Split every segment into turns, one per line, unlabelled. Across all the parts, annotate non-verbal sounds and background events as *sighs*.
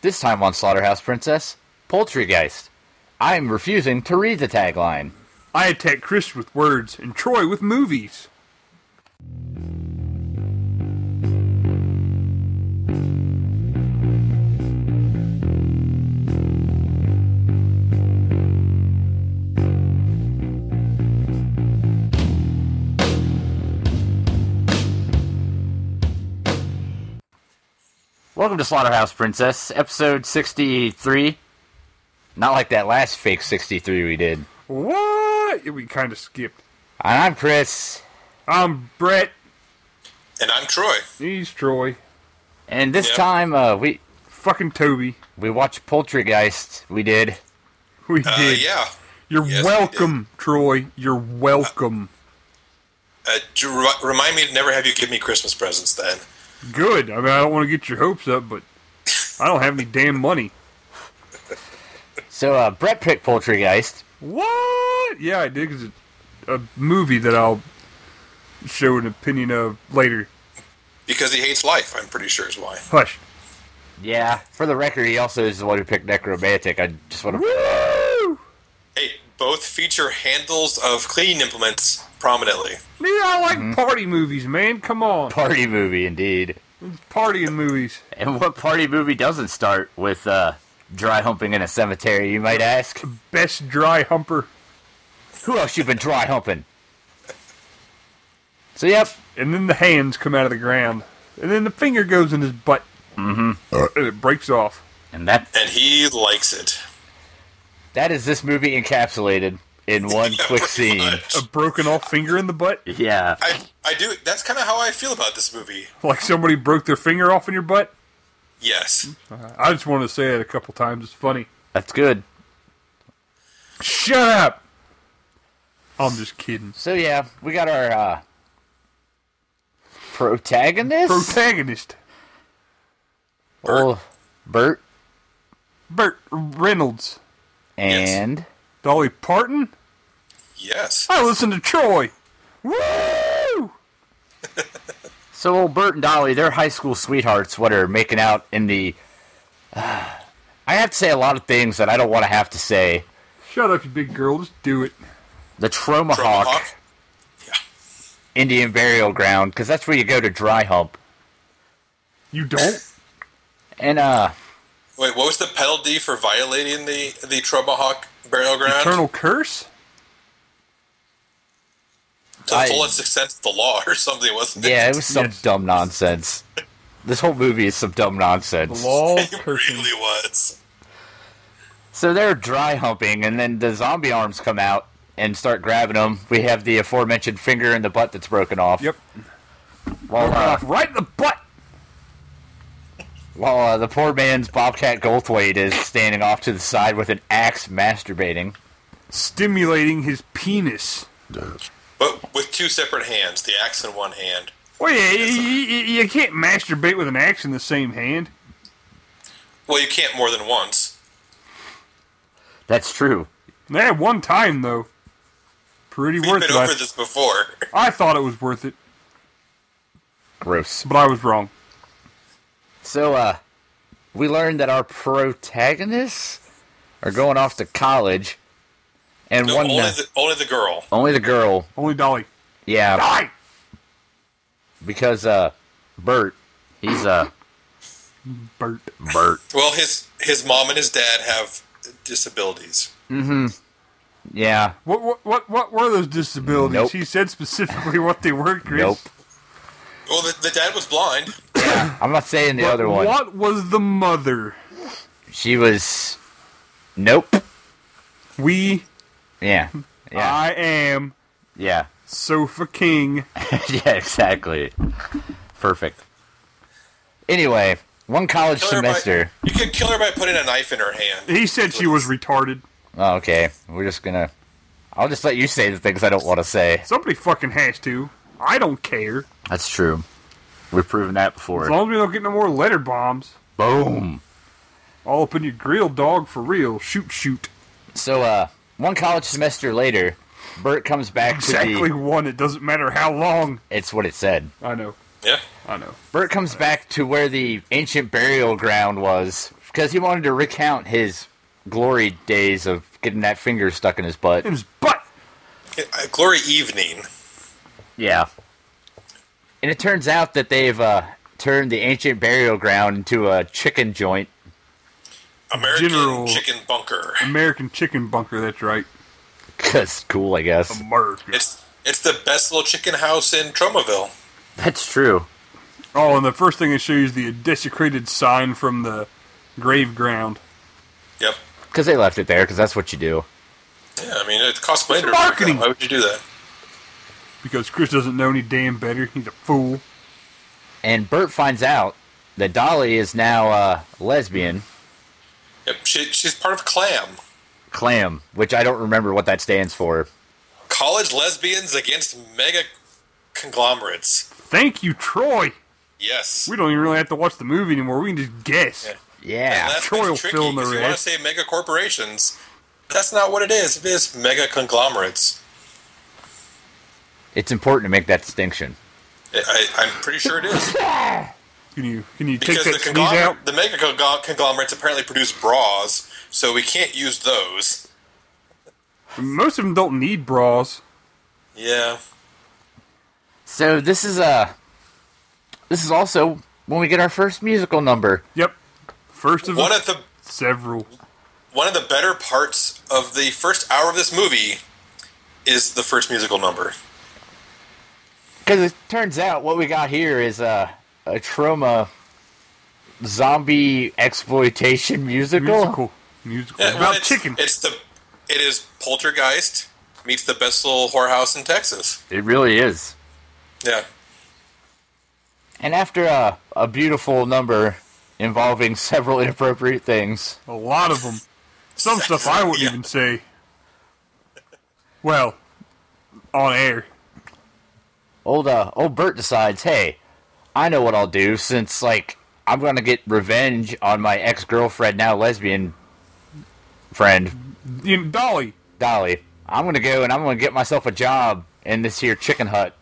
This time on Slaughterhouse Princess, Poultrygeist. I'm refusing to read the tagline.
I attack Chris with words and Troy with movies.
Welcome to Slaughterhouse Princess, episode 63. Not like that last fake 63 we did. And
What? We kind of skipped.
I'm Chris,
I'm Brett.
And I'm Troy.
He's Troy.
and this
Yep.
time uh, we
Fucking Toby.
we watched Poultrygeist. We did.
We
Uh,
did.
Yeah.
You're
Yes, we
welcome, Troy. You're welcome.
Uh, j- re- remind me to never have you give me Christmas presents then.
Good. I mean, I don't want to get your hopes up, but I don't have any damn money.
So uh, Brett picked Poultrygeist.
What? Yeah, I did 'cause it's a movie that I'll show an opinion of later.
Because he hates life, I'm pretty sure is why.
Hush.
Yeah. For the record, he also is the one who picked Necromantic. I just want to.
Woo!
Hey, both feature handles of cleaning implements prominently.
Man, I like
Mm-hmm.
party movies, man. Come on.
Party movie, indeed.
Partying movies.
And what party movie doesn't start with uh, dry humping in a cemetery, you might ask?
Best dry humper.
Who else you been dry humping? So yep,
and then the hands come out of the ground, and then the finger goes in his butt, mm-hmm. and it breaks off.
and that
And he likes it. *laughs*
that is this movie encapsulated in one *laughs* quick
Pretty
scene.
much.
A broken off finger in the butt,
Yeah,
I, I do. That's kind of how I feel about this movie.
like somebody broke their finger off in your butt.
Yes.
I just wanted to say it a couple times. It's funny.
that's good.
Shut up. I'm just kidding.
So yeah, we got our uh, protagonist,
Protagonist
Well, Bert,
Burt Reynolds,
and
Dolly Parton.
Yes.
I listen to Troy. Woo!
so old Bert and Dolly, they're high school sweethearts. What are making out in the? *sighs* I have to say a lot of things that I don't want to have to say.
Shut up, you big girl. Just do it.
The
Drummer
Tromahawk
Hawk. Yeah.
Indian Burial Ground, because that's where you go to dry hump.
You don't.
And uh,
Wait, what was the penalty for violating the the Trouble Hawk burial ground?
Eternal curse.
to the
I-
fullest extent of the law or something, wasn't it? *laughs*
yeah, it was some
Yes.
dumb nonsense. This whole movie is some dumb nonsense.
Law of
It
cursing.
really was.
So they're dry humping, and then the zombie arms come out and start grabbing them. We have the aforementioned finger in the butt that's broken off.
Yep.
While, uh,
Right in the butt.
while uh, the poor man's Bobcat Goldthwait is standing off to the side with an axe masturbating.
stimulating his penis.
But with two separate hands, the axe in one hand.
Well, yeah, you, you, you can't masturbate with an axe in the same hand.
Well, you can't more than once.
That's true.
That one time though, pretty
We've
worth
been
it.
over
I,
this
*laughs*
before.
I thought it was worth it,
Gross.
but I was wrong.
So, uh, we learned that our protagonists are going off to college, and
No,
one
only,
uh,
the, only the girl.
only the girl,
Only Dolly.
yeah,
Dolly.
because uh, Bert, he's uh,
Bert.
Bert,
Well, his his mom and his dad have disabilities.
yeah,
What, what what what were those disabilities?
Nope.
He said specifically what they were. Chris.
nope.
Well, the, the dad was blind.
I'm not saying the
But
other one.
What was the mother?
She was, nope,
We.
yeah, yeah,
I am
yeah, *laughs*
Sofa King.
yeah, exactly, perfect. Anyway, one college
Kill her by-
semester.
you could kill her by putting a knife in her hand.
He said she was retarded.
Oh, okay, we're just gonna. I'll just let you say the things I don't want to say.
Somebody fucking has to. I don't care.
That's true. We've proven that
As
before.
long as we don't get no more letter bombs.
Boom.
All up in your grill, dog, for real. Shoot, shoot.
So, uh, one college semester later, Bert comes back
Exactly
to
one. It doesn't matter how long.
the. It's what it said.
I know.
Yeah.
I know.
Bert comes back to where the ancient burial ground was because he wanted to recount his glory days of getting that finger stuck in his butt.
In his butt.
Uh, Glory Evening.
Yeah. And it turns out that they've uh, turned the ancient burial ground into a chicken joint.
American
General-
Chicken Bunker.
American chicken bunker. That's right.
Cause cool, I guess.
America.
It's it's the best little chicken house in Tromaville.
That's true.
Oh, and the first thing they show you is the desecrated sign from the grave ground.
Yep.
Cause they left it there. Cause that's what you do.
Yeah, I mean, it costs money to
marketing.
Why would you do that?
Because Chris doesn't know any damn better. He's a fool.
And Bert finds out that Dolly is now uh, lesbian.
Yep. She, she's part of Clam.
Clam, which I don't remember what that stands for.
College lesbians against mega conglomerates.
Thank you, Troy.
Yes.
We don't even really have to watch the movie anymore. We can just guess.
Yeah.
Yeah.
That's
Troy will
tricky
fill in the
'cause you
red.
want to say mega corporations. That's not what it is. It is mega conglomerates.
It's important to make that distinction.
I, I, I'm pretty sure it
*laughs*
is
Can you can you take
because the
that sneeze out?
conglomerate, the mega conglo- conglomerates apparently produce bras, so we can't use those.
Most of them don't need bras.
Yeah.
So this is uh this is also when we get our first musical number.
Yep. First of
One
the-
of the
several.
one of the better parts of the first hour of this movie is the first musical number.
Because it turns out what we got here is uh, a trauma zombie exploitation *laughs* musical.
Musical. Musical.
Yeah, well,
About
it's,
chicken.
It's the it is Poltergeist meets the best little whorehouse in Texas.
It really is.
Yeah.
And after uh, a beautiful number involving several inappropriate things,
A lot of them.
*laughs*
Some stuff I wouldn't
Yeah.
even say. Well, on air.
old uh, old Bert decides, hey, I know what I'll do since like I'm gonna get revenge on my ex girlfriend now lesbian friend
You know, Dolly,
Dolly. I'm gonna go and I'm gonna get myself a job in this here chicken hut.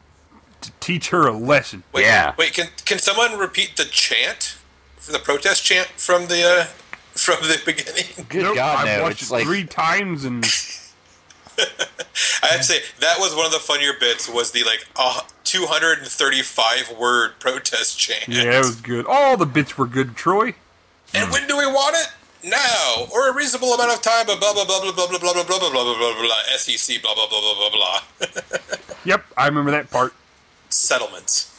to teach her a lesson.
Wait,
Yeah.
Wait, can can someone repeat the chant, the protest chant from the uh, from the beginning?
Good
Nope,
God,
I've
no!
watched
It's
it
like
three
*laughs*
times and
I have to say that was one of the funnier bits was the like uh, 235 word protest chant.
yeah, it was good. All the bits were good, Troy.
And when do we want it? Now, or a reasonable amount of time, but blah blah blah blah blah blah blah blah blah blah blah blah blah blah SEC blah blah blah blah blah blah
Yep, I remember that part.
settlements.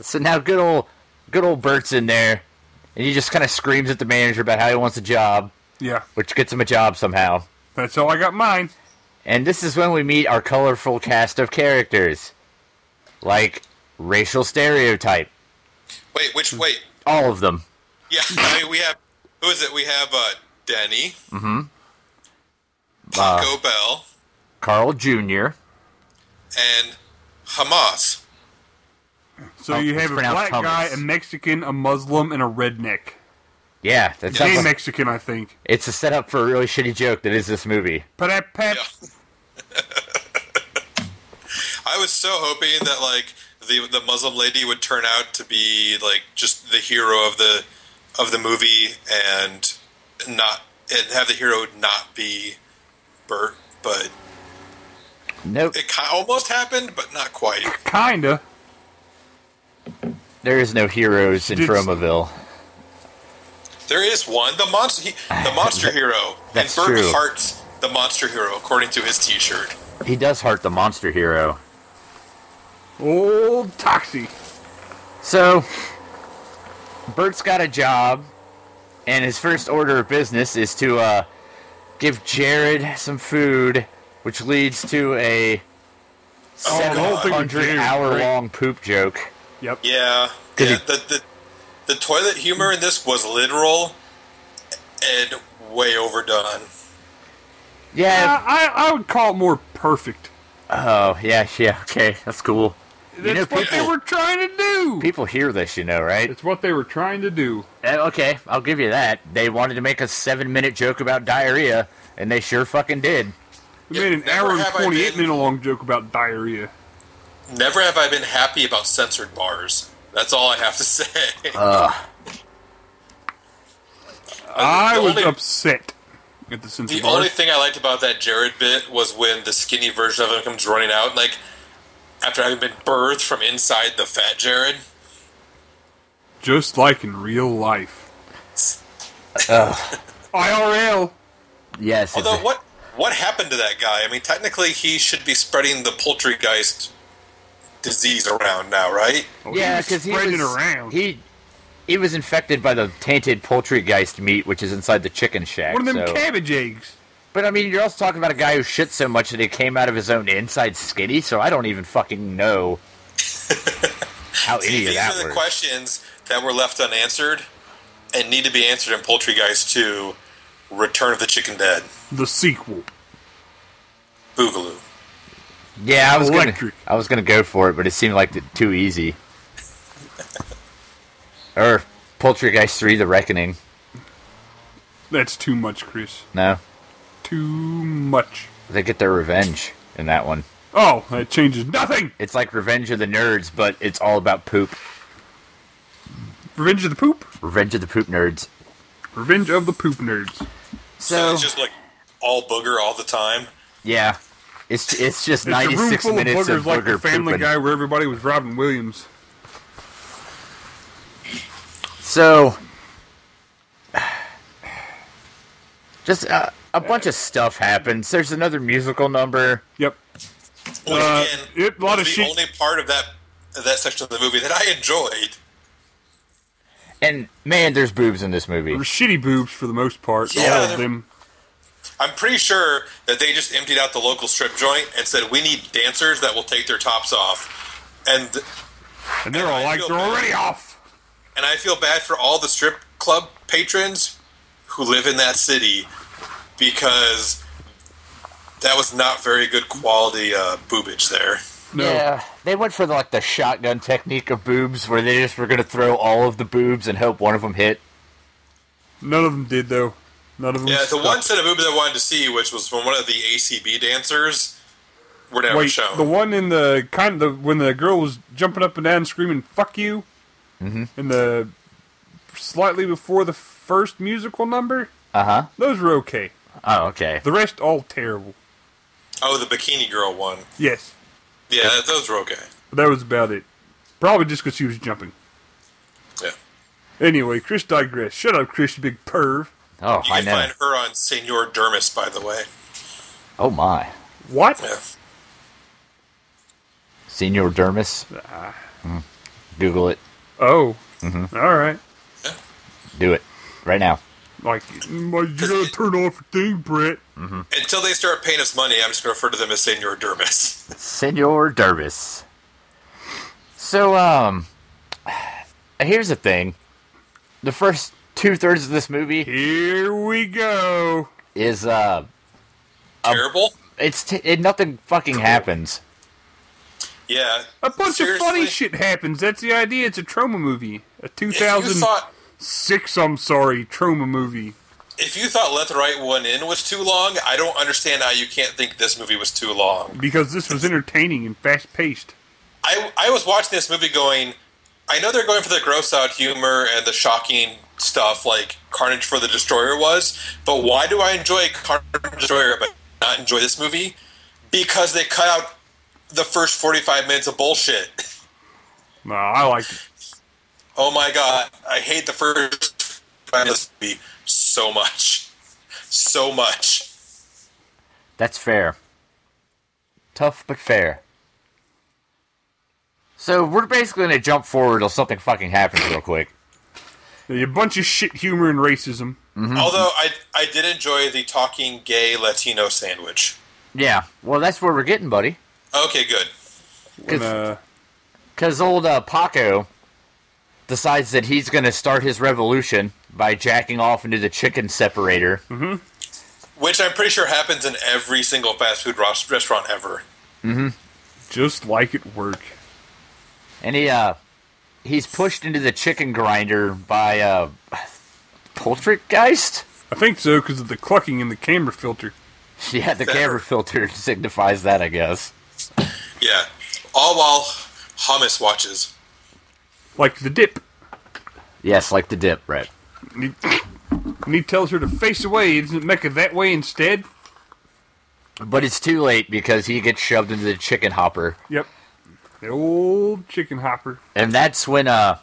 So now good old good old Bert's in there and he just kinda screams at the manager about how he wants a job,
Yeah,
which gets him a job somehow.
that's all I got mine.
And this is when we meet our colorful cast of characters. Like racial stereotype.
Wait, which wait?
All of them. *laughs*
Yeah, I mean we have who is it? We have uh, Denny, mm-hmm.
Uh.
Paco Bell,
Carl Jr.
and Hamas.
So
Oh,
you
it's
have a black
pronounced hummus.
guy, a Mexican, a Muslim, and a redneck.
Yeah, that sounds
Gay
like-
Mexican, I think.
it's a setup for a really shitty joke that is this movie.
Pat pat.
Yeah. I was so hoping that like the the Muslim lady would turn out to be like just the hero of the of the movie and not and have the hero not be Bert, but
Nope.
it ki- almost happened, but not quite.
Kinda.
There is no heroes in
Did-
Tromaville.
There is one. The monster, he,
*laughs*
the monster hero,
That's
and Bert
true.
Hart's the monster hero, according to his T-shirt.
He does heart the monster hero.
Old Toxie.
So, Bert's got a job, and his first order of business is to uh, give Jared some food, which leads to a
Oh,
God.
seven hundred hour long poop joke.
Yep.
Yeah,
Did
yeah.
he-
The, the the toilet humor in this was literal and way overdone.
Yeah.
I, I, I would call it more perfect.
Oh, yeah, yeah. Okay, that's cool.
That's
You know,
what they
people,
were trying to do.
people hear this, you know, right?
It's what they were trying to do.
Uh, okay, I'll give you that. They wanted to make a seven minute joke about diarrhea, and they sure fucking did.
We
Yeah,
made an
never
hour and
have I
28
been-
minute long joke about diarrhea.
Never have I been happy about *laughs*
Uh,
censored bars. That's all I have to say.
I
the
was
only-
upset at the sense
The
of
only
only
thing I liked about that Jared bit was when the skinny version of him comes running out, like after having been birthed from inside the fat Jared.
just like in real life. IRL.
Yes. it's
Although
a-
what what happened to that guy? I mean, technically he should be spreading the poultrygeist disease around now, right?
Oh,
yeah,
was
because he
spreading
was
it around.
he he was infected by the tainted poultrygeist meat, which is inside the chicken shack.
One of them
so-
cabbage eggs.
But I mean, you're also talking about a guy who shit so much that he came out of his own inside skinny. So I don't even fucking know
*laughs*
how any of
These
that
are the
works.
questions that were left unanswered and need to be answered in Poultrygeist 2 Return of the Chicken Dead
The sequel.
Boogaloo.
Yeah, I was
Electric.
gonna I was gonna go for it, but it seemed like t- too
*laughs*
easy. or Poultrygeist Three: The Reckoning.
That's too much, Chris.
No,
Too much.
they get their revenge in that one.
Oh, that changes nothing.
It's like Revenge of the Nerds, but it's all about poop.
Revenge of the poop.
Revenge of the Poop Nerds.
Revenge of the poop nerds.
So, it's just like all booger all the time.
Yeah, it's it's just
It's a
ninety
room
six
full of
minutes
boogers
of
like
booger
the Family
pooping.
Guy where everybody was Robin Williams.
So, *sighs* just uh, a bunch of stuff happens. There's another musical number.
Yep.
Once
Uh,
again,
yep, a lot
was
of
the
shit-
only part of that that section of the movie that I enjoyed.
And man, there's boobs in this
They
movie.
were shitty boobs for the most part.
Yeah,
all of
they're-
them.
I'm pretty sure that they just emptied out the local strip joint and said we need dancers that will take their tops off. And
And they're all
I
like,
feel
they're
bad.
already off.
and I feel bad for all the strip club patrons who live in that city because that was not very good quality uh, boobage there.
No.
Yeah, they went for the, like the shotgun technique of boobs, where they just were gonna throw all of the boobs and hope one of them hit.
None of them did, though. None of them.
Yeah, the
stuck.
one set of boobs I wanted to see, which was from one of the ACB dancers, were never
Wait,
shown.
the one in the kind the when the girl was jumping up and down screaming "fuck you," in the slightly before the first musical number.
Uh huh.
Those were okay.
Oh, okay.
The rest all terrible.
oh, the bikini girl one.
Yes,
Yeah, that, those were okay.
but that was about it. Probably just because she was jumping.
Yeah,
Anyway, Chris digressed. Shut up, Chris, you big perv.
Oh,
you
I
can
know.
find her on Senor Dermis, by the way.
Oh my,
What?
Yeah.
Senior Dermis.
Ah.
Mm. Google it.
Oh, All right.
Do it right now.
Like, mm,
*laughs*
like, you gotta turn off your thing, Brett.
Until they start paying us money, I'm just going to refer to them as Senor Dermis. *laughs*
Senor Dervis. So, um, here's the thing: the first two thirds of this movie
Here we go.
is uh,
Um,
Terrible.
it's t- it, nothing fucking happens.
Yeah.
A bunch
Seriously?
of funny shit happens. That's the idea. It's a trauma movie. A
If you
2000-
thought
six, I'm sorry, trauma movie.
if you thought Let the Right One In was too long, I don't understand how you can't think this movie was too long.
Because this was entertaining and fast paced.
I I was watching this movie going, I know they're going for the gross out humor and the shocking stuff like Carnage for the Destroyer was, but why do I enjoy Carnage for the Destroyer but not enjoy this movie? Because they cut out the first 45 minutes of bullshit. *laughs*
No, I like it.
Oh my god, I hate the first this movie so much. So much.
That's fair. Tough but fair. So we're basically gonna jump forward till something fucking happens real quick.
A bunch of shit humor and racism.
Although I I did enjoy the talking gay Latino sandwich.
Yeah. Well, that's where we're getting, buddy.
Okay, good.
And, uh,
Because old uh, Paco decides that he's going to start his revolution by jacking off into the chicken separator.
Which I'm pretty sure happens in every single fast food ros- restaurant ever.
just like at work.
And he, uh, he's pushed into the chicken grinder by, uh, Poltergeist? *laughs*
I think so because of the clucking in the camera filter.
Yeah, the
Fair.
camera filter *laughs* signifies that, I guess.
Yeah. All while hummus watches.
Like the dip.
Yes, like the dip, right?
And and he *coughs* tells her to face away. Isn't Mecca that way instead?
But it's too late because he gets shoved into the chicken hopper.
Yep. The old chicken hopper.
And that's when uh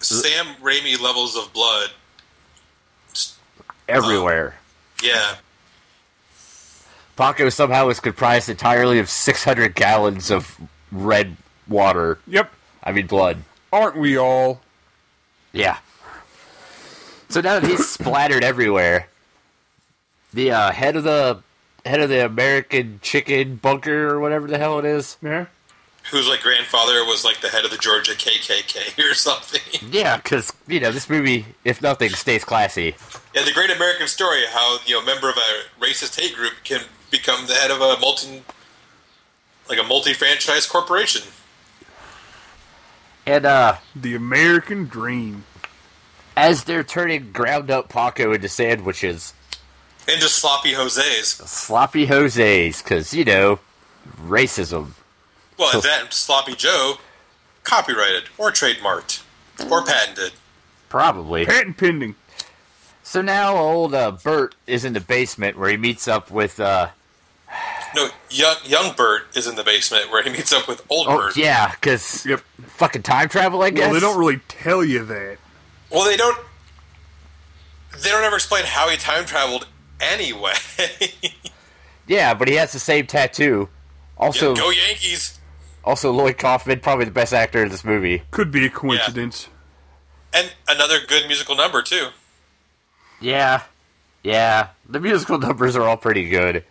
Sam Raimi levels of blood.
everywhere.
Yeah.
Paco somehow is comprised entirely of 600 gallons of red water.
Yep.
I mean, blood.
Aren't we all?
Yeah. So now that he's splattered everywhere, the uh, head of the head of the American chicken bunker or whatever the hell it is.
Yeah.
Whose like grandfather was like the head of the Georgia KKK *laughs* or something.
Yeah, because you know this movie, if nothing, stays classy.
yeah, the great American story how you know a member of a racist hate group can become the head of a multi like a multi franchise corporation.
And uh,
The American dream.
as they're turning ground up Paco into sandwiches,
And just sloppy Jose's.
sloppy Jose's, because you know racism.
Well, and that and sloppy Joe, copyrighted or trademarked or patented.
Probably.
Patent pending.
So now old uh, Bert is in the basement where he meets up with uh,
No, young young Bert is in the basement where he meets up with old
Oh
Bert.
yeah, because
Yep.
fucking time travel, I guess.
Well, they don't really tell you that.
Well, they don't. They don't ever explain how he time traveled anyway. *laughs*
yeah, but he has the same tattoo. Also,
Go Yankees!
also Lloyd Kaufman, probably the best actor in this movie.
Could be a coincidence.
And another good musical number too.
Yeah, yeah. The musical numbers are all pretty good.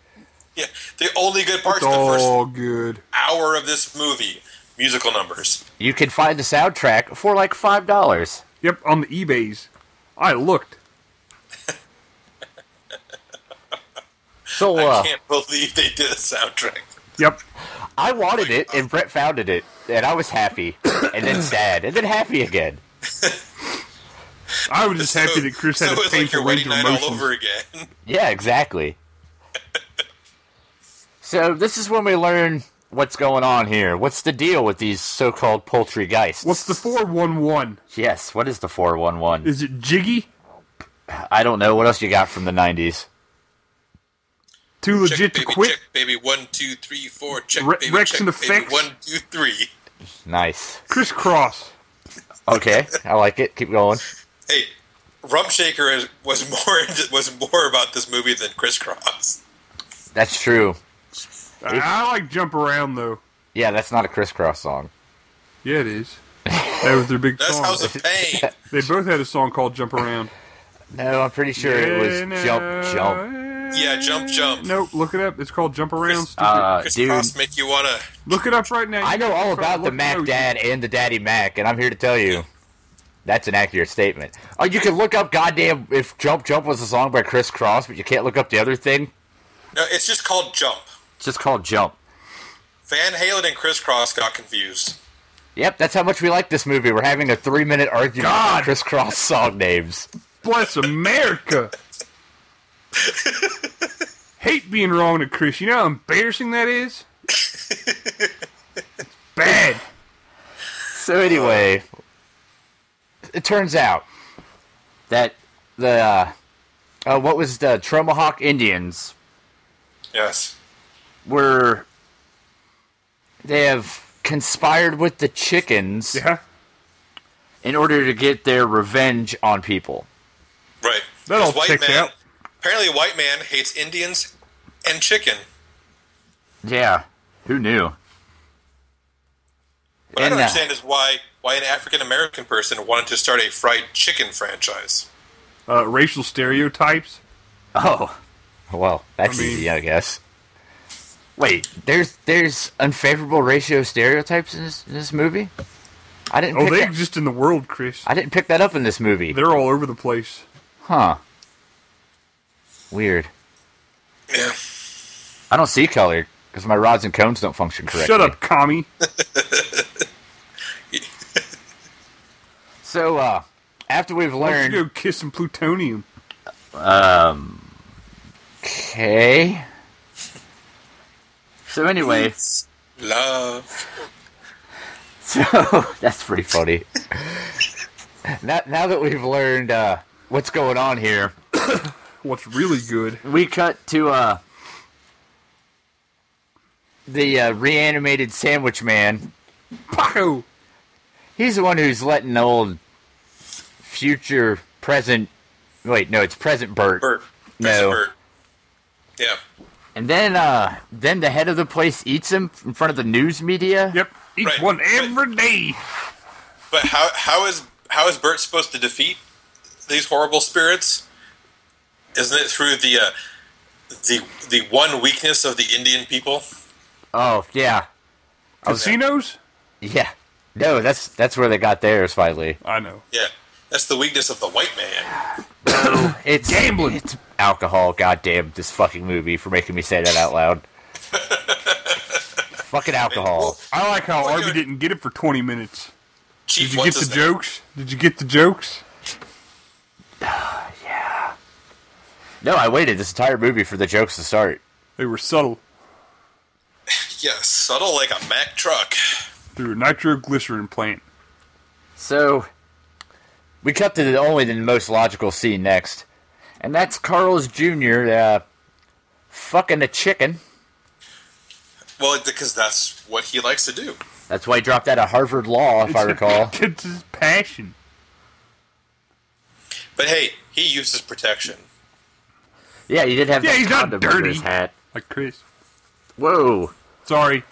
Yeah, the only good parts
It's
of the first
all good.
hour of this movie musical numbers.
You can find the soundtrack for like five dollars.
Yep, on the eBays. I looked.
So
I
uh,
can't believe they did a soundtrack.
Yep.
I wanted it, and Brett founded it, and I was happy, *coughs* and then sad, and then happy again.
I was just happy that Chris
so
had a
it's like
painful
your
range
wedding
of
night all over
emotions.
again.
Yeah, exactly. *laughs* so this is when we learn what's going on here. What's the deal with these so-called poultry geists?
What's the 411?
Yes, what is the 411?
Is it Jiggy?
I don't know. What else you got from the 90s?
Too
Check,
legit
baby,
to quit?
check, baby. One, two, three, four. Check,
Re-
baby.
Rex
check,
and the
baby.
Fix?
One, two, three.
Nice.
Crisscross.
Okay, I like it. Keep going.
Hey, Rump Shaker is, was more *laughs* was more about this movie than Crisscross.
That's true.
I I like Jump Around, though.
Yeah, that's not a crisscross song.
Yeah, it is. That was their big
That's
song.
House of Pain.
They both had a song called Jump Around.
No, I'm pretty sure it was Jump Jump.
Yeah, Jump Jump.
Nope, look it up. It's called Jump Around.
Chris-
Stupid.
Uh, dude,
Crisscross make you wanna.
look it up right now.
I know all about the
Look- no,
Mac
you-
Dad and the Daddy Mac, and I'm here to tell you that's an accurate statement. Oh, you can look up goddamn if Jump Jump was a song by Criss Cross, but you can't look up the other thing.
No, it's just called Jump.
It's just called Jump.
Van Halen and Crisscross got confused.
Yep, that's how much we like this movie. We're having a three-minute argument about
God.
Criss Cross song names.
Bless
*laughs*
America. Hate being wrong to Chris. You know how embarrassing that is? It's bad.
So anyway, Uh, it turns out that the uh, uh, what was the Tromahawk Indians
Yes.
were they have conspired with the chickens
Yeah.
in order to get their revenge on people.
Right.
That all
'Cause white
checks
man,
out.
Apparently, white man hates Indians and chicken.
Yeah, who knew?
What I
And,
don't
uh,
understand is why why an African American person wanted to start a fried chicken franchise.
Uh, racial stereotypes.
Oh, well, that's
I mean-
easy, I guess. Wait, there's there's unfavorable ratio stereotypes in this, in this movie. I didn't.
Oh,
pick *laughs*
they
that,
exist in the world, Chris.
I didn't pick that up in this movie.
They're all over the place.
Huh. Weird.
Yeah.
I don't see color because my rods and cones don't function correctly.
Shut up, commie.
So, uh, after we've
Let's
learned.
go kiss some plutonium.
Okay. So, anyway,
Love.
*laughs* so that's pretty funny. now, now that we've learned uh, what's going on here,
What's really good?
we cut to uh the uh, reanimated sandwich man.
Paco.
He's the one who's letting the old future present wait, no, it's present Bert.
Bert.
No.
Bert. Yeah.
And then uh then the head of the place eats him in front of the news media.
Yep. Eat
Right,
one
right.
every day.
But how how is how is Bert supposed to defeat these horrible spirits? Isn't it through the uh, the the one weakness of the Indian people?
Oh, yeah.
Casinos?
Yeah. No, that's that's where they got theirs finally.
I know.
Yeah, that's the weakness of the white man.
It's
Gambling.
It's alcohol. Goddamn this fucking movie for making me say that out loud.
*laughs*
fucking alcohol.
I like how
Well,
Arby
you're-
didn't get it for 20 minutes.
Chief,
Did you
what's
get
his
the
name?
jokes? Did you get the jokes?
No, I waited this entire movie for the jokes to start.
They were subtle.
Yeah, subtle like a Mack truck.
Through a nitroglycerin plant.
So we cut to the only the most logical scene next, and that's Carl's Jr. Uh, fucking a chicken.
Well, because that's what he likes to do.
That's why he dropped out of Harvard Law,
*laughs*
if I recall.
it's his passion.
But hey, he uses protection.
Yeah, he did have
Yeah,
that
he's not
condom under
dirty.
his hat.
Like Chris.
Whoa.
Sorry.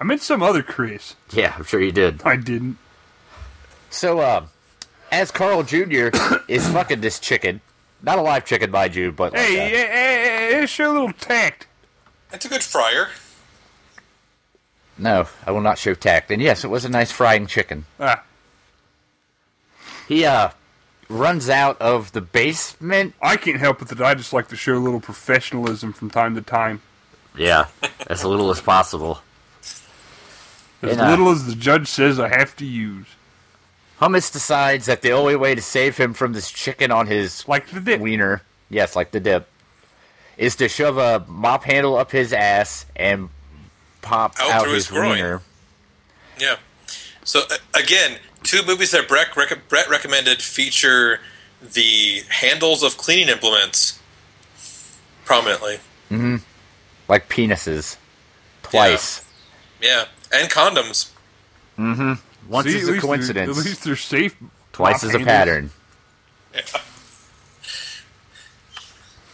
I meant some other Chris.
Yeah, I'm sure he did.
I didn't.
So, um, as Carl Jr. is fucking this chicken, not a live chicken, mind you, but like,
Hey,
uh,
hey, hey, hey, show a little tact.
It's a good fryer.
no, I will not show tact. And yes, it was a nice frying chicken.
Ah,
He uh runs out of the basement.
I can't help it that I just like to show a little professionalism from time to time.
Yeah, as little as possible.
As
And, uh,
little as the judge says I have to use.
Hummus decides that the only way to save him from this chicken on his
Like the dip.
wiener, yes, like the dip, is to shove a mop handle up his ass and pop
Out
out
through
his
his groin.
wiener.
Yeah. So uh, again, two movies that Brett, rec- Brett recommended feature the handles of cleaning implements prominently.
Like penises. Twice.
Yeah, and condoms.
Once is
See, at
a
least they're-
coincidence,
At least they're safe.
twice is a
Offhanders.
pattern.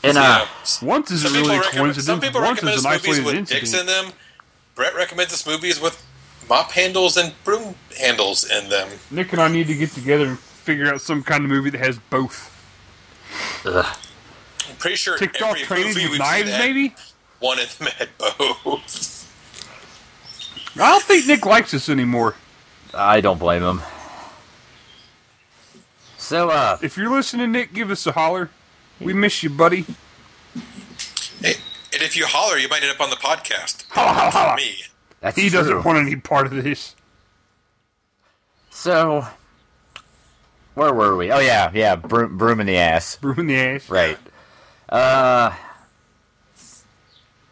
And uh,
Yeah.
Once is a
Some
really
people,
a
recommend,
coincidence.
some people
Once
recommend
is
us
an
movies
isolated
with
incident.
dicks in them. Brett recommends us movies with mop handles and broom handles in them.
Nick and I need to get together and figure out some kind of movie that has both.
ugh.
I'm pretty sure
TikTok
every
training
movie
with
we've
knives,
seen had
maybe?
one of them had both.
I don't think Nick likes us anymore.
I don't blame him. So uh,
If you're listening, Nick, give us a holler. We miss you, buddy.
Hey, and if you holler, you might end up on the podcast.
Holla, holla, holla.
Me.
that's
He
true.
doesn't want any part of this.
so where were we? Oh yeah, yeah, broom, broom in the ass.
Ruin the ass.
Right. Uh,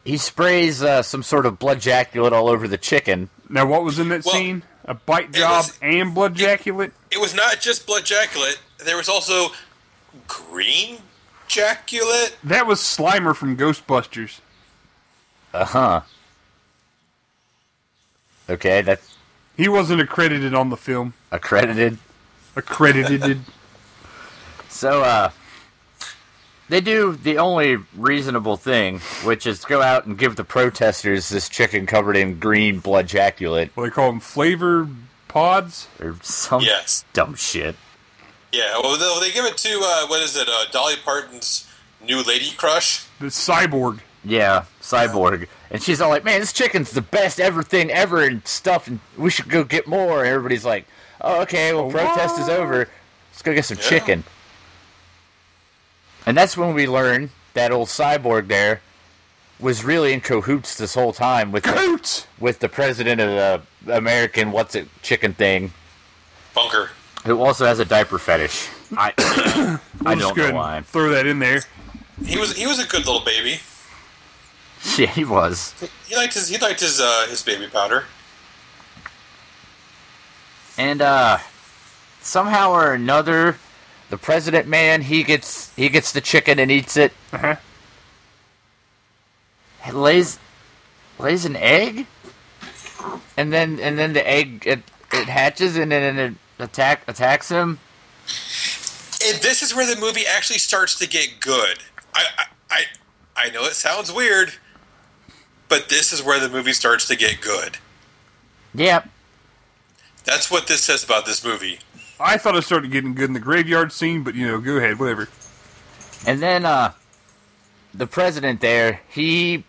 he sprays uh, some sort of blood jaculate all over the chicken.
Now, what was in that
Well,
scene? A bite
it
job
was-
and blood jaculate?
It was not just blood jaculate. There was also green jaculate.
That was Slimer from Ghostbusters.
Uh huh. Okay, that's
He wasn't accredited on the film.
accredited.
Accredited.
*laughs* So, uh, they do the only reasonable thing, which is go out and give the protesters this chicken covered in green blood jaculate
what they call them? Flavor pods?
or some
Yes.
dumb shit.
Yeah, well, they, they give it to, uh, what is it, uh, Dolly Parton's new lady crush?
The cyborg.
Yeah, cyborg. And she's all like, man, this chicken's the best everything ever and stuff, and we should go get more. And everybody's like, oh, okay, well, protest is over. Let's go get some
Yeah.
chicken. And that's when we learn that old cyborg there was really in cahoots this whole time with the-
Coots!
with the president of the American what's it chicken thing,
Bunker.
who also has a diaper fetish. I *coughs* I
We'll
don't
just go
know
ahead and
why. *laughs*
Throw that in there.
He was he was a good little baby.
Yeah, he was.
He liked his he liked his uh, his baby powder.
And uh somehow or another, the president man he gets he gets the chicken and eats it.
Uh-huh.
It lays lays an egg, and then and then the egg it, it hatches and then it attack attacks him.
And this is where the movie actually starts to get good. I, I, I, I know it sounds weird, but this is where the movie starts to get good.
Yep.
That's what this says about this movie.
I thought it started getting good in the graveyard scene, but you know, go ahead, whatever.
And then uh the president there, he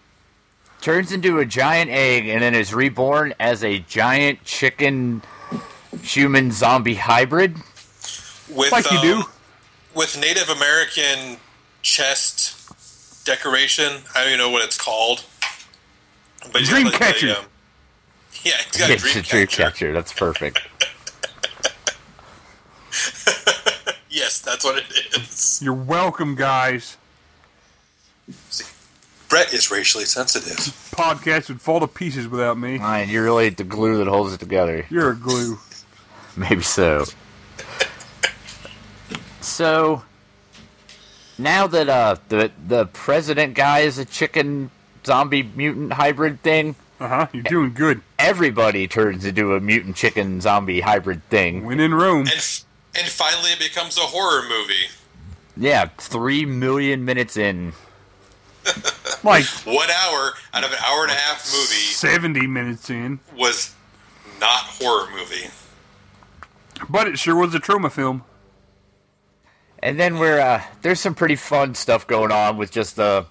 turns into a giant egg and then is reborn as a giant chicken human zombie hybrid.
With
Like you
um,
do.
with Native American chest decoration. I don't even know what it's called. But he's got,
Dream
like, a,
catcher.
um, *laughs* yeah, he's got a
It's
dream
a true
catcher.
catcher. That's perfect.
Yes, that's what it is.
You're welcome, guys.
See, Brett is racially sensitive.
Podcast would fall to pieces without me.
Ryan, you're really the glue that holds it together.
You're a glue.
Maybe so. So now that uh the the president guy is a chicken zombie mutant hybrid thing,
Uh huh. You're doing good.
everybody turns into a mutant chicken zombie hybrid thing.
When in Rome,
And f- and finally, it becomes a horror movie.
Yeah, three million minutes in.
like
One hour out of an hour and a half movie
seventy minutes in,
was not horror movie.
but it sure was a trauma film.
And then we're uh there's some pretty fun stuff going on with just the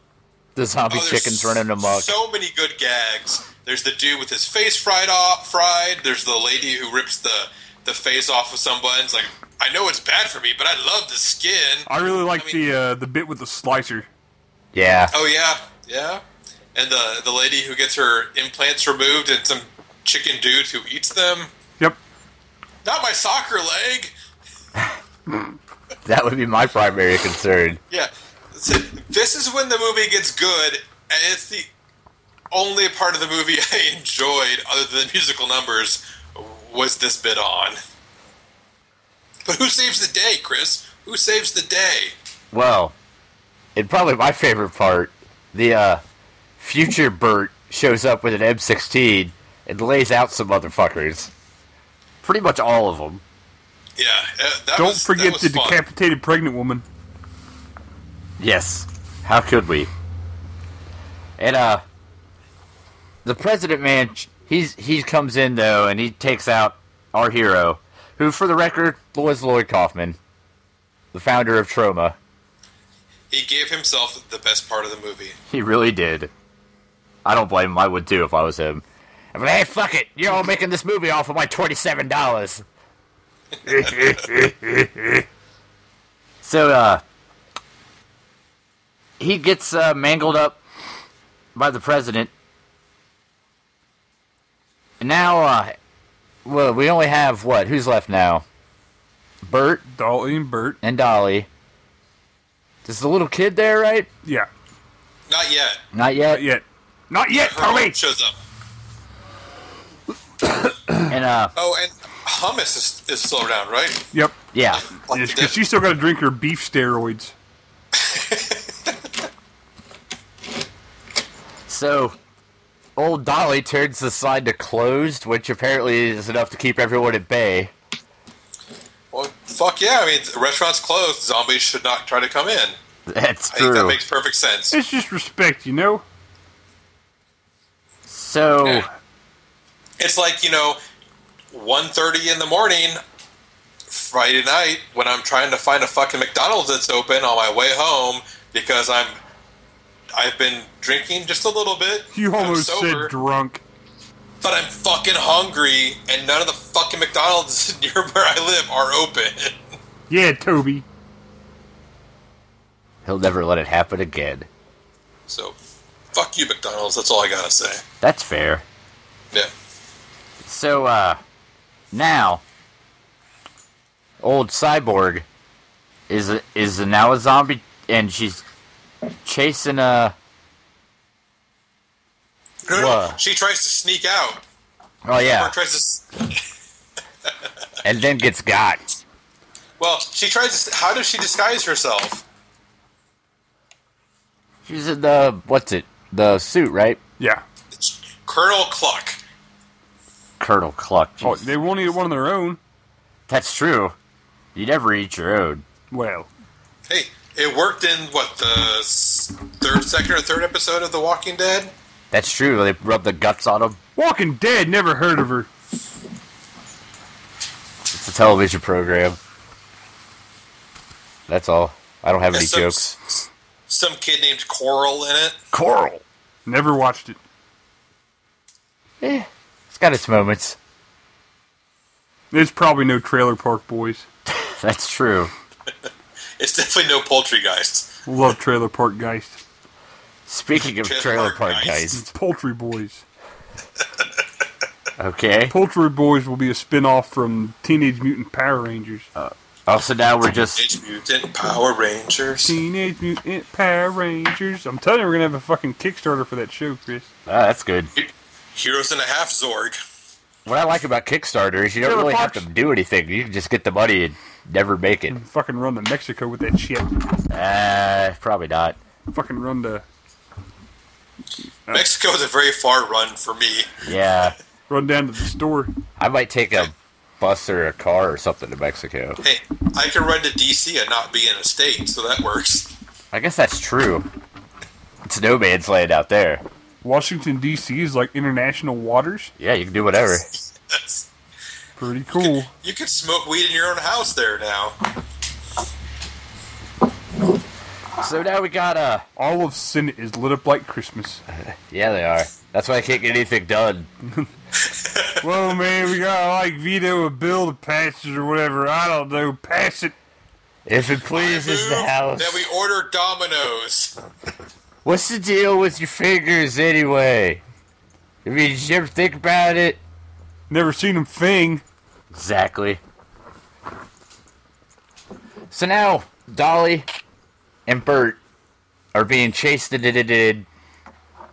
the zombie
Oh, there's
chickens running amok.
So many good gags. There's the dude with his face fried off, fried. There's the lady who rips the the face off of someone. It's like, I know it's bad for me, but I love the skin.
I really like
I mean-
the uh, the bit with the slicer.
yeah.
Oh yeah, yeah. And the the lady who gets her implants removed and some chicken dude who eats them.
Yep.
Not my soccer leg.
That would be my primary concern.
Yeah. So this is when the movie gets good, and it's the only part of the movie *laughs* I enjoyed, other than musical numbers, was this bit on. But who saves the day, Chris? Who saves the day?
Well, and probably my favorite part, the uh, future Bert shows up with an M16 and lays out some motherfuckers. Pretty much all of them.
Yeah, uh, that
Don't
was- that
forget
was
the
fun.
decapitated pregnant woman.
Yes. How could we? And uh, the president man, he's he comes in though, and he takes out our hero, who, for the record, was Lloyd Kaufman, the founder of Troma.
He gave himself the best part of the movie.
He really did. I don't blame him. I would too if I was him. I'd be like, hey, fuck it. You're all making this movie off of my twenty-seven dollars. *laughs* so, uh, he gets uh, mangled up by the president, and now, uh, well, we only have what? Who's left now? Bert
Dolly and Bert.
and Dolly. There's the little kid there, right?
Yeah.
Not yet.
Not yet.
Not yet. Not yet,
Her mom
Polly.
shows up.
And uh,
Oh, and hummus is, is still around, right?
Yep.
yeah.
Like
Yes, 'cause
that-
she's still got to drink her beef steroids.
So, old Dolly turns the sign to closed, which apparently is enough to keep everyone at bay. *laughs*
well, fuck yeah. I mean, the restaurant's closed. Zombies should not try to come in.
That's
I think that
true.
makes perfect sense.
It's just respect, you know.
So,
Yeah. it's like you know 1.30 in the morning friday night when i'm trying to find a fucking mcdonald's that's open on my way home because i'm i've been drinking just a little bit
You
I'm
almost said
sober,
drunk.
but i'm fucking hungry and none of the fucking mcdonald's *laughs* near where i live are open
Yeah, Toby.
he'll never let it happen again.
so fuck you mcdonald's that's all i gotta say
That's fair.
yeah
So, uh, now, old Cyborg is a, is a, now a zombie, and she's chasing a.
no, no, no.
Why?
she tries to sneak out
Oh,
or
yeah.
tries to s-
And then gets got.
Well, she tries. To, how does she disguise herself?
She's in the what's it? The suit, right?
Yeah.
It's Colonel Cluck.
Colonel Cluck.
Oh,
Jesus.
they won't eat one of their own.
That's true. You never eat your own.
Well,
Hey, it worked in what the s- third, second, or third episode of The Walking Dead.
That's true. They rub the guts on them.
Walking Dead. Never heard of her.
It's a television program. That's all. I don't have any
There's some,
jokes.
s- Some kid named Coral in it.
Coral.
Never watched it.
Eh, it's got its moments. *laughs*
There's probably no Trailer Park Boys.
That's true.
It's definitely no poultry guys.
Love Trailer Park Geist.
Speaking of
Trailer
trailer park
Park
guys,
It's Poultry Boys.
okay.
Poultry Boys will be a spin off from Teenage Mutant Power Rangers.
Also, now we're just
Teenage Mutant Power Rangers.
Teenage Mutant Power Rangers. I'm telling you, we're gonna have a fucking Kickstarter for that show, Chris.
ah, that's good.
Heroes and a Half Zorg.
What I like about Kickstarter is you don't
Trailer
really have to
parks. Hmm.
do anything. You can just get the money and never make it.
Fucking run to Mexico with that shit.
Uh, probably not.
Fucking run to
Mexico is a very far run for me.
Yeah,
run down to the store.
I might take a bus or a car or something to Mexico.
Hey, I can run to DC and not be in a state, so that works. *laughs*
I guess that's true. It's no man's land out there.
Washington D.C. is like international waters.
Yeah, you can do whatever.
Pretty cool.
You could smoke weed in your own house there now.
So now we got uh
All of Senate is lit up like Christmas.
Yeah, they are. That's why I can't get anything done.
Whoa, man, we gotta like veto a bill to pass it or whatever. I don't know. Pass it.
If it pleases the
Move
house.
That we order Domino's.
What's the deal with your fingers anyway? I mean, did you ever think about it?
Never seen him thing.
Exactly. So now Dolly and Bert are being chased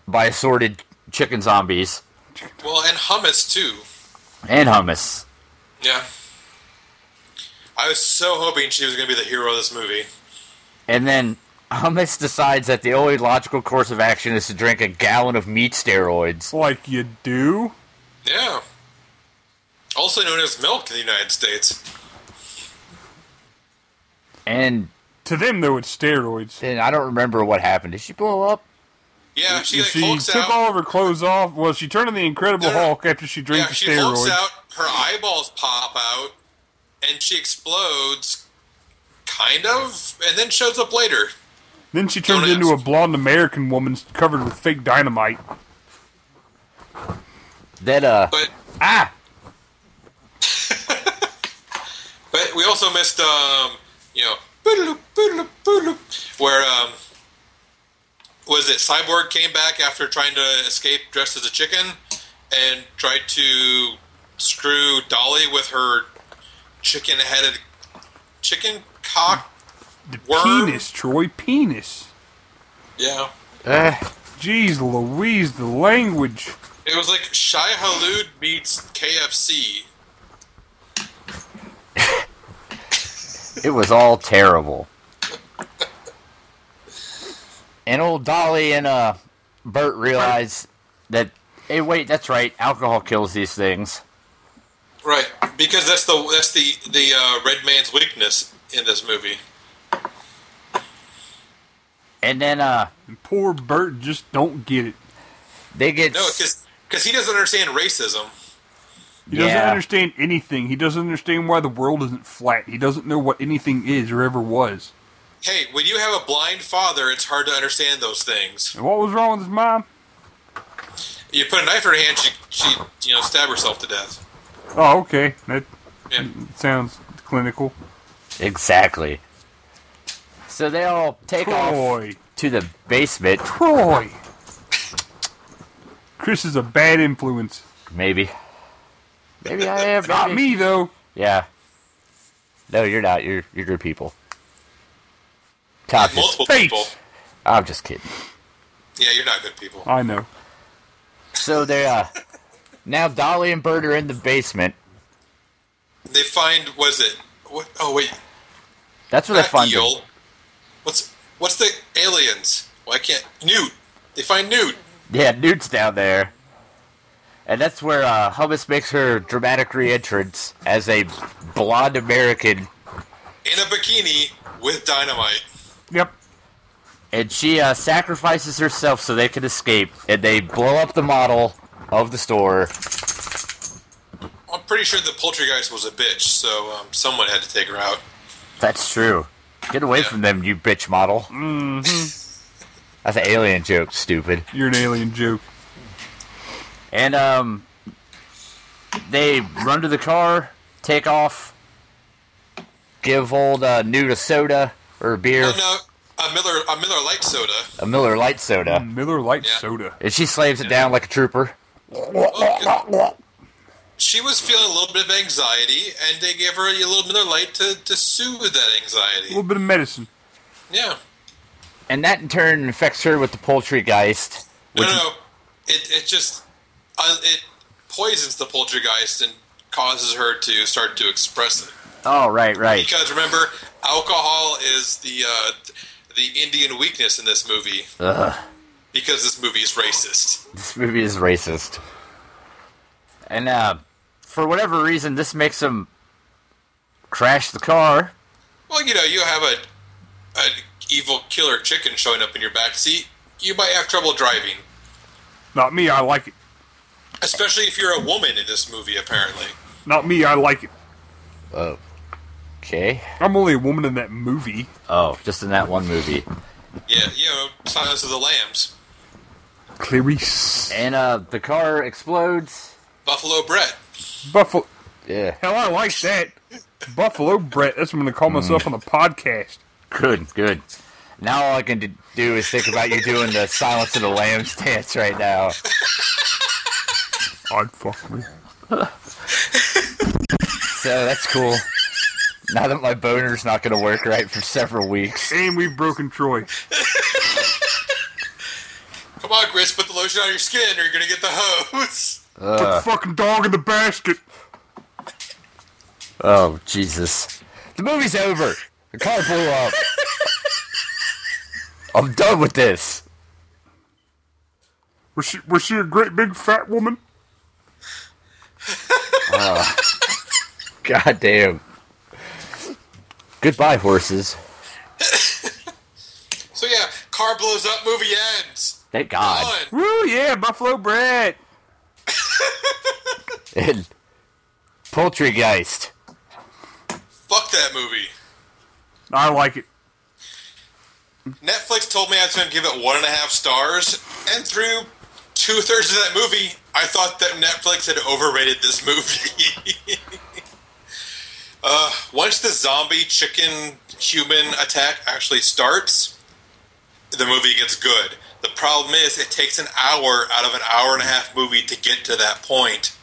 by assorted chicken zombies
Well, and hummus too.
and hummus.
Yeah. I was so hoping she was going to be the hero of this movie.
And then Hummus decides that the only logical course of action is to drink a gallon of meat steroids.
Like you do.
Yeah. Also known as milk in the United States.
And
To them, though, it's steroids.
then I don't remember what happened. Did she blow up?
Yeah, she like
she
hulks
took
out.
all of her clothes off. Well, she turned into the Incredible
No, no.
Hulk after she drank
Yeah,
the
she hulks
steroids.
out. Her eyeballs pop out, and she explodes, kind of, and then shows up later.
Then she turned
Don't
into a
ask.
blonde American woman covered with fake dynamite.
Then uh
But
ah
but we also missed um you know boodaloop, boodaloop, boodaloop, where um was it Cyborg came back after trying to escape dressed as a chicken and tried to screw Dolly with her chicken-headed chicken cock.
The
Worm.
penis, Troy, penis.
Yeah.
uh,
Jeez Louise, the language.
It was like Shai Halud meets KFC.
it was all terrible. and old Dolly and uh Bert realize that hey wait, that's right, alcohol kills these things.
Right, because that's the that's the the uh, red man's weakness in this movie.
And then uh
And poor Bert just don't get it.
they get
No, because he doesn't understand racism.
He doesn't
Yeah.
understand anything. He doesn't understand why the world isn't flat. He doesn't know what anything is or ever was.
Hey, when you have a blind father, it's hard to understand those things.
And what was wrong with his mom?
You put a knife in her hand, she she you know stab herself to death.
Oh, okay. That
Yeah.
sounds clinical.
exactly. So they all take off
Troy.
to the basement,
Troy. Chris is a bad influence.
maybe. Maybe I am
Not
maybe-
me, though.
Yeah. No, you're not. You're you're good people. Tom, just-
Multiple
Face.
people.
I'm just kidding.
Yeah, you're not good people.
I know.
So they uh now Dolly and Bert are in the basement.
They find was it? What? Oh wait,
That's where they
Not
find
eel.
him.
What's what's the aliens? Why can't Newt? They find Newt.
Yeah, Newt's down there. And that's where uh, Hummus makes her dramatic re-entrance as a blonde American,
in a bikini with dynamite.
Yep.
and she uh, sacrifices herself so they can escape. And they blow up the model of the store.
I'm pretty sure the poltergeist was a bitch, so um, someone had to take her out.
That's true. Get away from them, you bitch model. Mm-hmm. That's an alien joke, stupid.
You're an alien joke.
And um, they run to the car, take off, give old uh, Newt a soda or a beer,
Oh, No, no, uh, a Miller, a Miller Light soda.
a Miller Light soda,
Miller Light
Yeah.
soda.
Mm. and she slams it down like a trooper.
She was feeling a little bit of anxiety, and they gave her a little Miller Light to, to soothe that
A little
anxiety.
bit of medicine.
Yeah.
And that in turn infects her with the poultrygeist.
No,
Which
no, no. It, it just uh, it poisons the poltergeist and causes her to start to express it.
oh, right, right.
Because remember, alcohol is the uh, the Indian weakness in this movie. Because this movie is racist.
This movie is racist. And uh, for whatever reason, this makes him crash the car.
Well, you know, you have a an evil killer chicken showing up in your back seat. You might have trouble driving,
Not me, I like it.
especially if you're a woman in this movie. Apparently,
Not me, I like it.
Oh. Okay.
I'm only a woman in that movie.
Oh, just in that one movie.
yeah, you know, Silence of the Lambs,
Clarice.
And uh, the car explodes.
Buffalo Brett.
Buffalo.
Yeah.
Hell, I like that. Buffalo Brett. That's what I'm going to call myself on the podcast.
Good, good. Now all I can d- do is think about you doing the Silence of the Lambs dance right now.
I'd fuck me.
So that's cool. Now that my boner's not going to work right for several weeks.
And we've broken Troy.
Come on, Chris, put the lotion on your skin, or you're gonna get the *laughs* hose.
Put the fucking dog in the basket.
Oh, Jesus. The movie's over. The car blew
*laughs*
up. I'm done with this.
Was she, was she a great big fat woman?
God damn. Goodbye, horses.
So yeah, car blows up, movie ends.
Thank God.
Done.
Woo, yeah, Buffalo Brett.
And Poultrygeist.
Fuck that movie.
I like it.
Netflix told me I was going to give it one and a half stars, and through two thirds of that movie, I thought that Netflix had overrated this movie. *laughs* uh, once the zombie chicken human attack actually starts, the movie gets good. The problem is, it takes an hour out of an hour and a half movie to get to that point.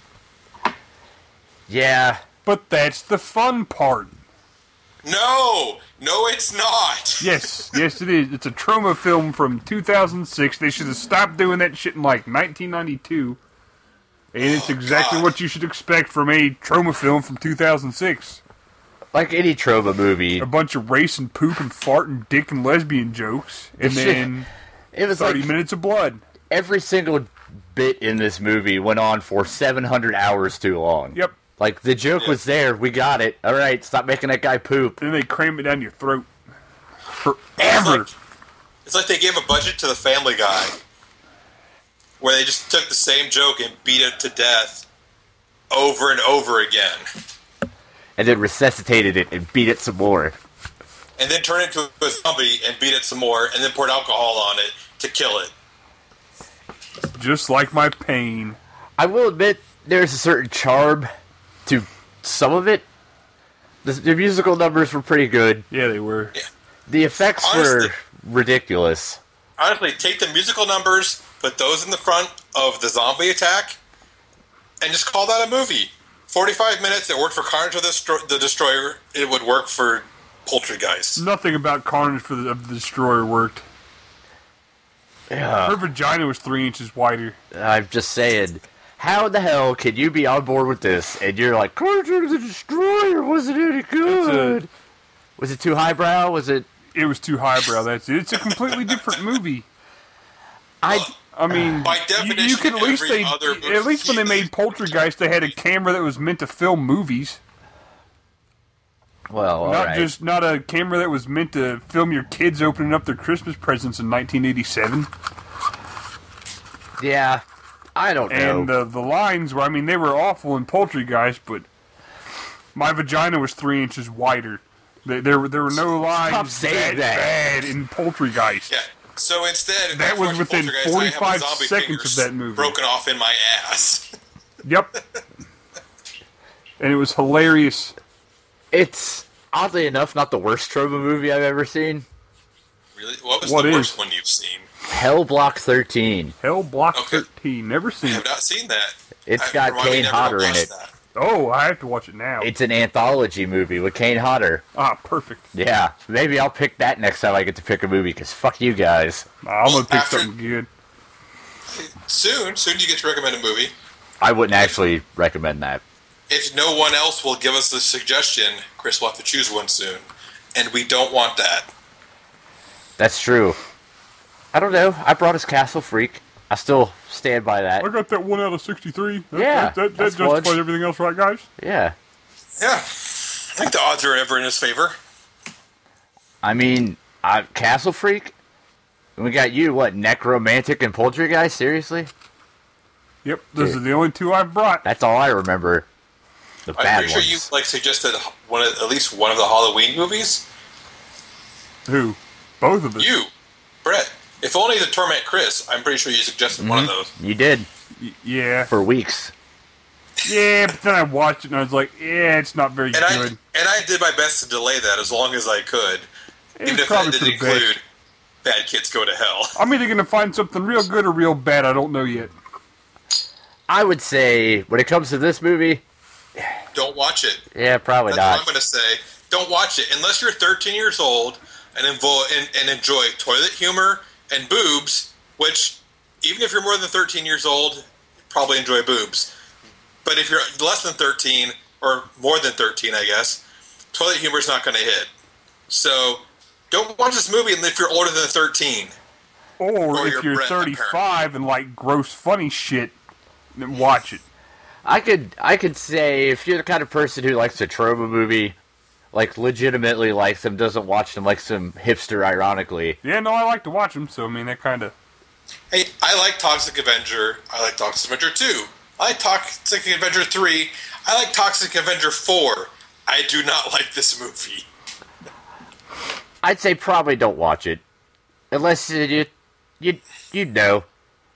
Yeah.
But that's the fun part.
No, no, it's not. *laughs*
Yes, yes, it is. It's a trauma film from 2006. They should have stopped doing that shit in like 1992. And it's exactly
God.
what you should expect from a trauma film from 2006.
Like any trauma movie,
A bunch of race and poop and fart and dick and lesbian jokes, and
Shit.
then
it was
30
like
minutes of blood.
every single bit in this movie went on for 700 hours too long.
Yep.
Like the joke was there, we got it. All right, stop making that guy poop.
Then they cram it down your throat forever.
It's like- It's like they gave a budget to the Family Guy, where they just took the same joke and beat it to death over and over again,
And then resuscitated it and beat it some more.
and then turn it into a zombie and beat it some more, and then poured alcohol on it to kill it.
Just like my pain.
I will admit there's a certain charm to some of it. The, the musical numbers were pretty good.
Yeah, they were.
The effects
Honestly-
were ridiculous.
Honestly, take the musical numbers, put those in the front of the zombie attack, and just call that a movie. Forty-five minutes. It worked for Carnage of the, Destro- the Destroyer. It would work for Poltergeist.
Nothing about Carnage for the, of the Destroyer worked.
Yeah.
Her vagina was three inches wider.
I'm just saying, how the hell can you be on board with this? And you're like, Carter the Destroyer wasn't any
It's a-
good. Was it too highbrow? Was it?
It was too highbrow. That's it. It's a completely different movie.
I
I mean,
By
you- you,
definition,
could at least
every
they
other movie
at least when they
is-
made Poltergeist, they had a camera that was meant to film movies,
well, all
not
right.
just not a camera that was meant to film your kids opening up their Christmas presents in 1987.
yeah. I don't know.
And uh, the lines were, I mean, they were awful in Poltergeist, but my vagina was three inches wider. There, there, were- there were no lines
saying
that,
that.
bad in Poltergeist.
Yeah. So instead, if
That
I
was
watch
within
Poltergeist, I
45
have zombie
seconds
fingers
of that movie.
Broken off in my ass. *laughs*
Yep. and it was hilarious.
It's oddly enough not the worst Troba movie I've ever seen.
really? What was
What
the
is?
worst one you've seen?
Hell Block 13.
Hell Block
Okay.
13. Never
I
seen
have
it.
not seen that.
It's
I-
got
remind me
Kane
never to
Hodder in
watch
it.
that.
Oh, I have to watch it now.
It's an anthology movie with Kane Hodder.
ah, perfect.
Yeah, maybe I'll pick that next time I get to pick a movie because fuck you guys.
Nah, Ah, I'm going to pick
After-
something good.
Soon, soon you get to recommend a movie.
I wouldn't actually recommend that.
If no one else will give us a suggestion, Chris will have to choose one soon, and we don't want that.
That's true. I don't know. I brought us Castle Freak. I still stand by that.
I got that one out of 63.
Yeah,
That, That, that, that
that's
justifies
one.
everything else, right, guys?
Yeah.
Yeah, I think the odds are ever in his favor.
I mean, I, Castle Freak? We got you, what, Necromantic and Poltergeist? Seriously?
Yep. Those
Yeah.
are the only two I've brought.
That's all I remember. The
I'm
bad
pretty
ones.
sure you like suggested one of, at least one of the Halloween movies.
Who? Both of us.
You, Brett. If only to torment Chris, I'm pretty sure you suggested one of those.
You did
Y- Yeah.
for weeks.
Yeah, but then I watched it and I was like, yeah, it's not very
And I
good.
and I did my best to delay that as long as I could,
It was
even if that
probably for
didn't
the best.
include "Bad Kids Go to Hell." *laughs*
I'm either gonna find something real good or real bad. I don't know yet.
I would say when it comes to this movie,
Don't watch it.
yeah, probably
That's what I'm
not.
going to say. Don't watch it unless you're 13 years old and, invo- and, and enjoy toilet humor and boobs, which, even if you're more than 13 years old, probably enjoy boobs. But if you're less than 13 or more than 13, I guess, toilet humor's not going to hit. So don't watch this movie unless you're older than 13.
Or, if
your
you're
breath,
35 and like gross funny shit, then watch it.
I could I could say if you're the kind of person who likes a Troma movie, like legitimately likes them, doesn't watch them, like some hipster ironically.
Yeah, no, I like to watch them. So I mean, that kind of
Hey, I like Toxic Avenger. I like Toxic Avenger 2. I like Toxic Avenger 3. I like Toxic Avenger 4. I do not *laughs* like this movie.
I'd say probably don't watch it. Unless you you you know.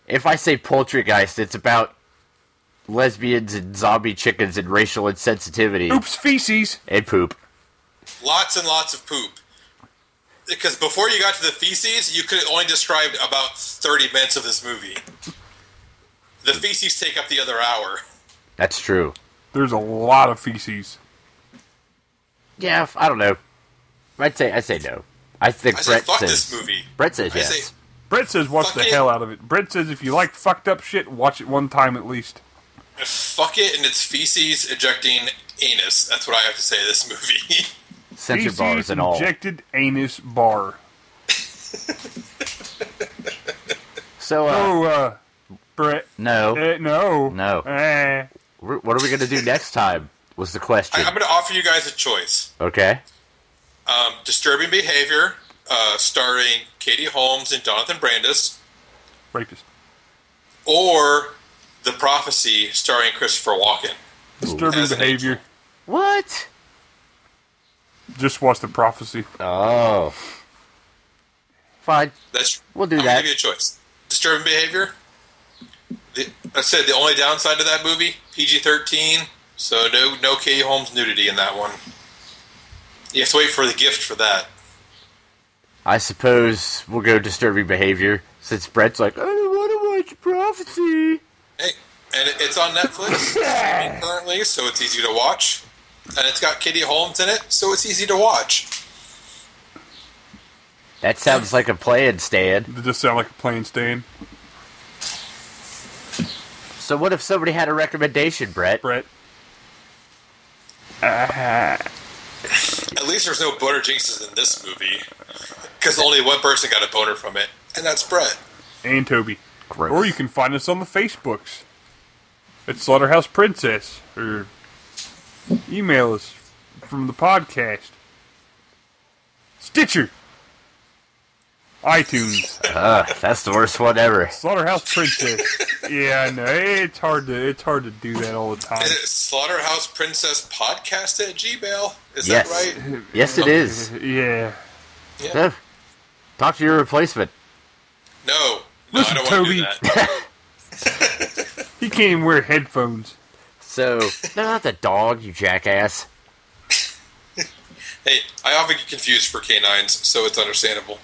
If I say poltergeist, it's about lesbians and zombie chickens and racial insensitivity
oops feces.
and poop.
lots and lots of poop. Because before you got to the feces, you could have only described about 30 minutes of this movie. The feces take up the other hour.
That's true.
There's a lot of feces.
Yeah, I don't know. I'd say I say no. I think
I say,
Brett
fuck
says
this movie.
Brett says
I
yes.
say,
Brett says, watch
Fuck
the
it.
hell out of it. Brett says, if you like fucked up shit, watch it one time at least.
fuck it, and it's feces ejecting anus. That's what I have to say to this *laughs* movie.
Censor
feces
bars and all.
injected anus bar.
So uh,
Oh, uh, Brett.
no,
Eh, no.
No.
Eh.
We're- what are we gonna do next time? Was the question
I, I'm going to offer you guys a choice
okay?
um, Disturbing Behavior, uh, starring Katie Holmes and Jonathan Brandis,
Rapist.
or The Prophecy, starring Christopher Walken.
Disturbing
As an
behavior.
What?
Just watch the prophecy.
Oh, fine.
That's
We'll do
I'm
that.
Gonna give you a choice. Disturbing behavior. The, I said the only downside to that movie PG thirteen, so no no Katie Holmes nudity in that one. You have to wait for the gift for that.
I suppose we'll go disturbing behavior since Brett's like, I don't want to watch prophecy.
Hey, and it, it's on
*laughs*
Netflix it's streaming currently, so it's easy to watch, and it's got Katie Holmes in it, so it's easy to watch.
That sounds like a plan, Stan.
Does this sound like a plain stain?
So what if somebody had a recommendation, Brett?
Brett.
And At least there's no boner jinxes in this movie, because only one person got a boner from it, and that's Brett.
and Toby.
Gross.
Or you can find us on the Facebooks at Slaughterhouse Princess, or email us from the podcast, Stitcher, iTunes,
Ugh, *laughs* that's the worst one ever.
Slaughterhouse Princess. yeah, I know it's hard to it's hard to do that all the time.
Is it Slaughterhouse Princess Podcast at Gmail? Is
Yes.
*laughs*
that right?
Yes, it is.
Yeah,
Yeah.
Ugh. Talk to your replacement.
No. No,
Listen,
I don't want to
Toby.
do that.
he can't even wear headphones.
So, *laughs* no, not the dog, you jackass.
hey, I often get confused for canines, so it's understandable.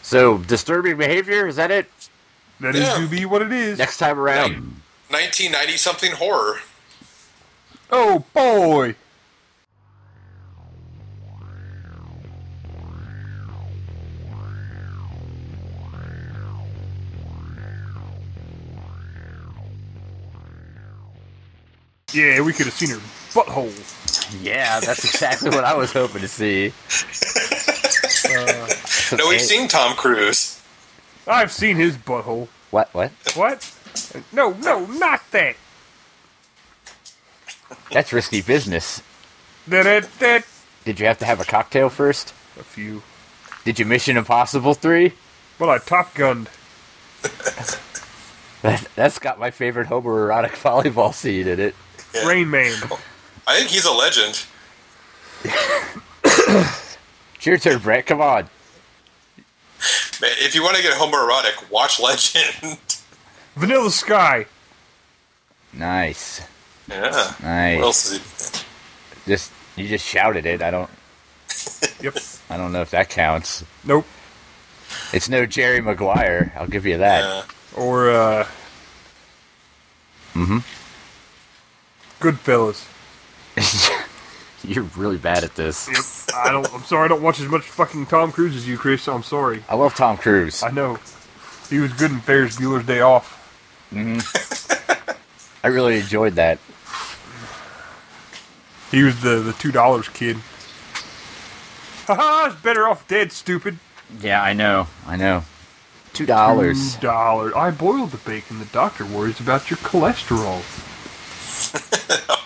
So, disturbing behavior, is that it?
That is
Yeah.
to be what it is.
Next time around.
1990 something horror.
Oh boy. Yeah, we could have seen her butthole.
Yeah, that's exactly what I was hoping to see.
No, we've seen Tom Cruise.
I've seen his butthole.
What? What?
What? No, no, not that.
That's risky business.
Da, da, da.
Did you have to have a cocktail first?
A few.
Did you Mission Impossible 3?
Well, I top gunned.
That, that's got my favorite homoerotic *laughs* volleyball scene in it.
Rain Man.
I think he's a legend.
It's your turn, Brett. Come on.
Man, if you want to get homoerotic, watch Legend. *laughs*
Vanilla Sky.
Nice.
yeah.
Nice.
What else is
Just you just shouted it. I don't
Yep.
I don't know if that counts.
Nope.
It's no Jerry Maguire. I'll give you
he?
that.
*laughs* Uh,
Or, uh. Mm-hmm. Goodfellas.
*laughs* You're really bad at this.
Yep. I don't. I'm sorry. I don't watch as much fucking Tom Cruise as you, Chris. I'm sorry.
I love Tom Cruise.
I know. He was good in Ferris Bueller's Day Off.
I really enjoyed that.
He was the the two dollars kid. Haha! It's better off dead, stupid.
Yeah, I know. I know. Two dollars.
Two dollars. I boiled the bacon. The doctor worries about your cholesterol.
Oh,